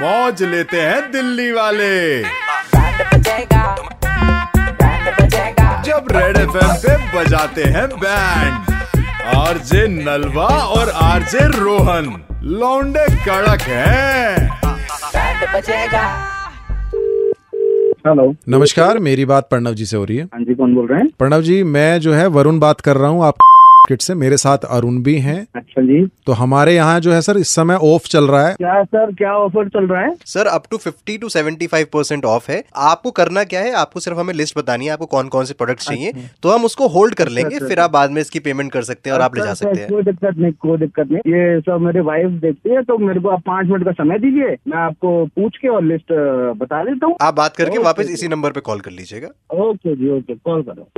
मौज लेते हैं दिल्ली वाले जब रेड एफ पे बजाते हैं बैंड आरजे नलवा और आरजे रोहन लौंडे कड़क हैं हेलो नमस्कार मेरी बात प्रणव जी से हो रही है हाँ जी कौन बोल रहे हैं प्रणव जी मैं जो है वरुण बात कर रहा हूँ आप किट से मेरे साथ अरुण भी हैं अच्छा जी तो हमारे यहाँ जो है सर इस समय ऑफ चल रहा है क्या सर क्या ऑफर चल रहा है sir up to 50 to 75 percent off है आपको करना क्या है आपको सिर्फ हमें लिस्ट बतानी है आपको कौन कौन से प्रोडक्ट्स अच्छा। चाहिए तो हम उसको होल्ड कर लेंगे अच्छा, फिर आप बाद में इसकी पेमेंट कर सकते हैं और आप ले जा अच्छा, सर, सकते सर, हैं कोई दिक्कत नहीं कोई दिक्कत नहीं ये सब मेरे वाइफ देखती है तो मेरे को आप पाँच मिनट का समय दीजिए मैं आपको पूछ के और लिस्ट अ, बता देता अच्छा। हूँ आप बात करके ओके, वापस ओके। इसी नंबर पे कॉल कर लीजिएगा ओके जी ओके कॉल करो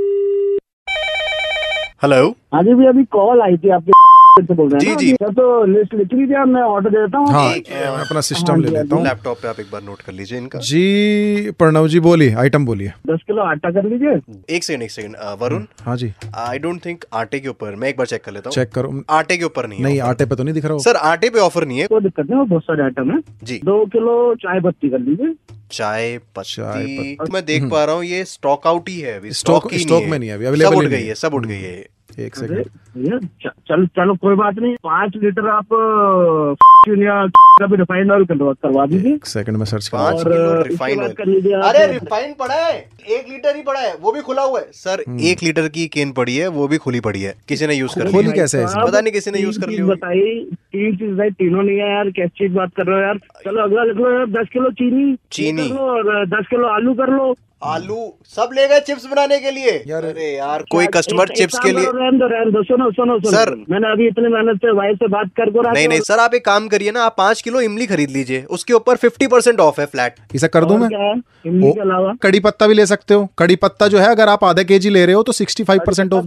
हेलो हाँ जी भैया अभी कॉल आई थी आपके से बोल रहे जी, हैं ना? जी। सर तो लिस्ट लिख लीजिए आप, मैं ऑर्डर देता हूँ हाँ ठीक है। मैं अपना सिस्टम ले लेता हूँ लैपटॉप पे आप एक बार नोट कर लीजिए इनका जी प्रणव जी बोलिए आइटम बोलिए दस किलो आटा कर लीजिए एक सेकंड एक uh, सेकंड अ, वरुण हाँ जी आई डोंट थिंक आटे के ऊपर मैं एक बार चेक कर लेता हूँ चेक करो आटे के ऊपर नहीं नहीं है आटे पे तो नहीं दिख रहा हो सर आटे पे ऑफर नहीं है कोई दिक्कत नहीं वो बहुत सारे आइटम है जी दो किलो चाय पत्ती कर लीजिए चाय चाय पत्ती मैं देख पा रहा हूँ ये स्टॉक आउट ही है अभी स्टॉक- ही स्टॉक है। में नहीं है अभी, सब available उठ ही गई नहीं है है। हम्म। सब उठ गई है ये। एक सेकंड भैया च- चल चलो कोई बात नहीं पाँच लीटर आप अ, या का भी रिफाइंड ऑयल करवा- करवा दीजिए एक सेकंड में सर्च कर पाँच और किलो इसके refined बाद oil। कर लीजिए आप- अरे रिफाइन पड़ा है एक लीटर ही पड़ा है वो भी खुला हुआ है सर हम्म। एक लीटर की केन पड़ी है वो भी खुली पड़ी है किसी ने यूज कर खुली लिया कैसे है इसमें? आप पता नहीं किसी ने तीन use कर चीज ली होगी। बताई तीन चीज भाई तीनों नहीं है यार कैसी चीज बात कर रहे हो यार चलो अगला लिख लो यार दस किलो चीनी ये चीनी। तो कर लो और दस किलो आलू कर लो आलू सब ले गए चिप्स बनाने के लिए यार- अरे यार कोई यार, कस्टमर एक- चिप्स एक के काम लिए करो, रहने दो रहने दो सुनो सुनो सुनो सर। मैंने अभी इतने मेहनत से भाई से बात कर को नहीं नहीं सर आप एक काम करिए ना आप पाँच किलो इमली खरीद लीजिए उसके ऊपर फिफ्टी परसेंट ऑफ है फ्लैट इसे कर दूं मैं इमली ओ, के अलावा कड़ी पत्ता भी ले सकते हो कड़ी पत्ता जो है अगर आप आधा के जी ले रहे हो तो सिक्सटी फाइव परसेंट ऑफ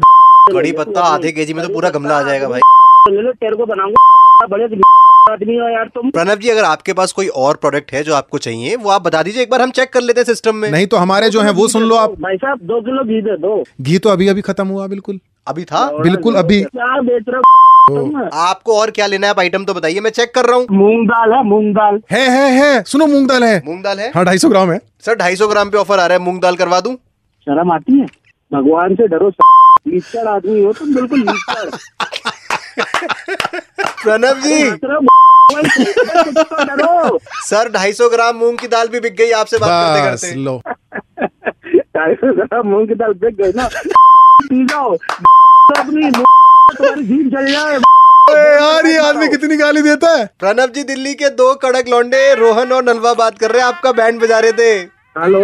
कड़ी पत्ता आधे केजी में तो पूरा गमला आ जाएगा भाई ले लो तेरे को बनाऊंगा बड़े आदमी हो यार तुम प्रणव जी अगर आपके पास कोई और प्रोडक्ट है जो आपको चाहिए वो आप बता दीजिए एक बार हम चेक कर लेते हैं सिस्टम में नहीं तो हमारे जो है वो सुन लो आप भाई साहब दो किलो घी दे दो घी तो अभी अभी खत्म हुआ बिल्कुल अभी था बिल्कुल अभी क्या बेच रहे हो तुम? हाँ। आपको और क्या लेना है आप आइटम तो बताइए मैं चेक कर रहा हूँ मूंग दाल है मूंग दाल है है है सुनो मूंग दाल है मूंग दाल है हाँ ढाई सौ ग्राम है सर ढाई सौ ग्राम पे ऑफर आ रहा है मूंग दाल करवा दूं शर्म आती है भगवान से डरो लीचड़ आदमी हो तुम बिल्कुल लीचड़ प्रणव जी बात रहे हो, भाई, तुम तो डरो सर ढाई सौ ग्राम मूंग की दाल भी बिक गई आपसे बात करते बस करते लो ढाई सौ ग्राम मूंग की दाल बिक गई ना पी जाओ अपनी तुम्हारी जीभ जल जाए अरे यार ये आदमी कितनी गाली देता है प्रणव जी दिल्ली के दो कड़क लौंडे रोहन और नलवा बात कर रहे हैं आपका बैंड बजा रहे थे हेलो